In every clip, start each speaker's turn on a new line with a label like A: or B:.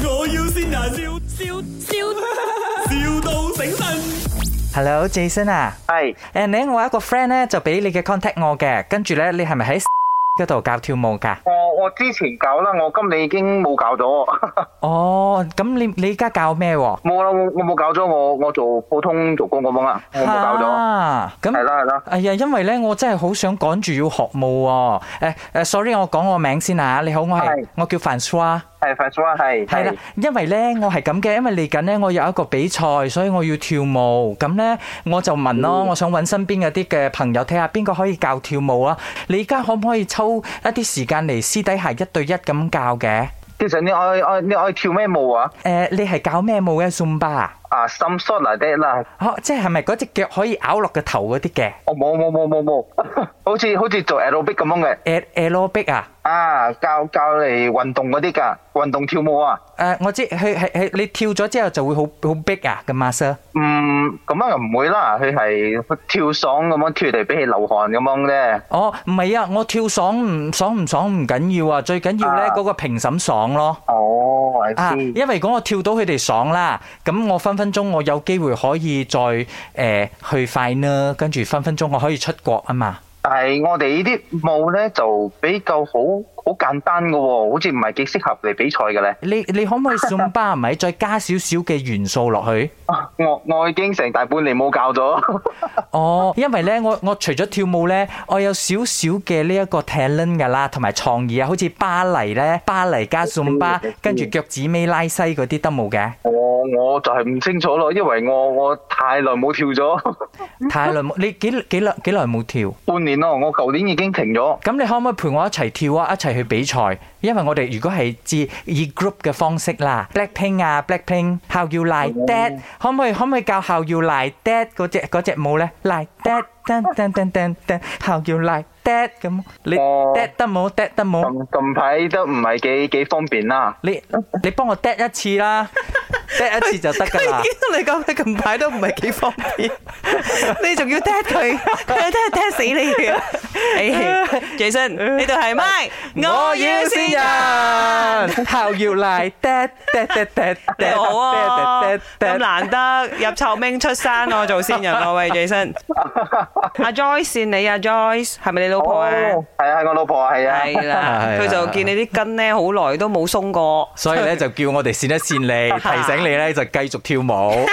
A: 要先人，笑笑笑，,笑到醒 神。
B: Hello，Jason 啊，
C: 係
B: 誒你我有一個 friend 咧就俾你嘅 contact 我嘅，跟住咧你係咪喺 嗰度教跳舞㗎？
C: 我我之前搞啦，我今年已經冇搞咗，
B: 哦，咁你你而家教咩喎？
C: 冇啦，我我冇搞咗，我我做普通做工嗰幫啊，我冇搞咗，
B: 啊咁
C: 係啦係啦，
B: 哎呀，因為咧，我真係好想趕住要學舞喎、誒、誒，sorry，我講我名先啊。你好，我係
C: 係
B: 我叫范 s 啊。
C: 係范叔啊，係
B: 係啦
C: 係，
B: 因為咧我係咁嘅，因為嚟緊咧我有一個比賽，所以我要跳舞。咁咧我就問
C: 嗯
B: 咯，我想揾身邊嗰啲嘅朋友睇下邊個可以教跳舞啊。你而家可唔可以抽一啲時間嚟私底下一對一咁教嘅？
C: 其實你愛愛你愛跳咩舞啊？
B: 誒、你係教咩舞嘅 Zumba 啊？
C: 啊，some sort like that 啦，
B: 哦，即係係咪嗰只腳可以咬落個頭嗰啲嘅
C: 我冇冇冇冇冇， 好似好似做 aerobic 咁樣嘅，
B: ？A aerobic 啊？
C: 啊教教嚟運動嗰啲㗎，運動跳舞啊，
B: 誒、呃我知佢係係你跳咗之後就會好好 big 啊嘅 muscle。
C: 嗯咁樣又唔會啦，佢係跳爽咁樣跳嚟俾你流汗咁樣咧，
B: 哦，唔係啊，我跳爽唔爽唔爽唔緊要啊，最緊要咧
C: 啊
B: 嗰個評審爽咯。
C: 哦，I
B: 啊，
C: see，
B: 因為如果我跳到佢哋爽啦，咁我分分鐘我有機會可以再誒、呃去快呢，跟住分分鐘我可以出國啊嘛。
C: 但係我哋呢啲舞咧就比較好好簡單嘅喎、好似唔係幾適合嚟比賽嘅咧。
B: 你你可唔可以送巴咪再加少少嘅元素落去？
C: 啊我我已經成大半年冇教咗，
B: 哦，因為咧，我我除咗跳舞咧，我有少少嘅呢一個 talent 㗎啦，同埋創意啊，好似芭蕾咧，芭蕾加 Zumba，跟住腳趾尾拉西嗰啲得冇嘅。
C: 我我就係唔清楚咯，因為我我太耐冇跳咗，
B: 太耐冇，你幾幾耐幾耐冇跳？
C: 半年咯，我舊年已經停咗。
B: 咁你可唔可以陪我一齊跳啊？一齊去比賽？因為我哋如果係至以 group 嘅方式啦，Blackpink 啊，Blackpink，How You Like That，可唔可以可唔可以教 How You Like That 嗰只嗰只舞咧？Like That，噔噔噔噔噔，How You Like That 咁，你
C: 哦
B: That 得冇？That 得冇？
C: 近近排都唔係幾幾方便啦，
B: 你你幫我 d 一次 啦 d 一次就得噶啦。
D: 你講得近排都唔係幾 方便， 你仲要踢佢，佢真係踢死你嘅。哎，Jason，呢度係咪？
B: 人，後要 嚟 d
D: 你好啊，咁難得入臭名出山，我做先人咯，喂 Jason。阿 Joyce 你啊 Joyce，係咪你老婆啊？
C: 哦，係啊，係我老婆係啊，
D: 係啦，佢就見你啲筋咧好耐都冇鬆過，
B: 所 以咧就叫我哋扇一扇 你，提醒你咧就繼續跳舞。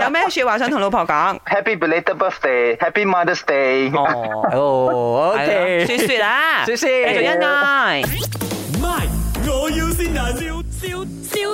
D: 有咩説話想同老婆講？
C: Happy belated birthday，Happy Mother's Day。
D: 哦，
B: 哦，OK，
D: 説説啊，
B: 雪雪
D: 繼續恩愛。
A: My，我要先人，笑笑笑，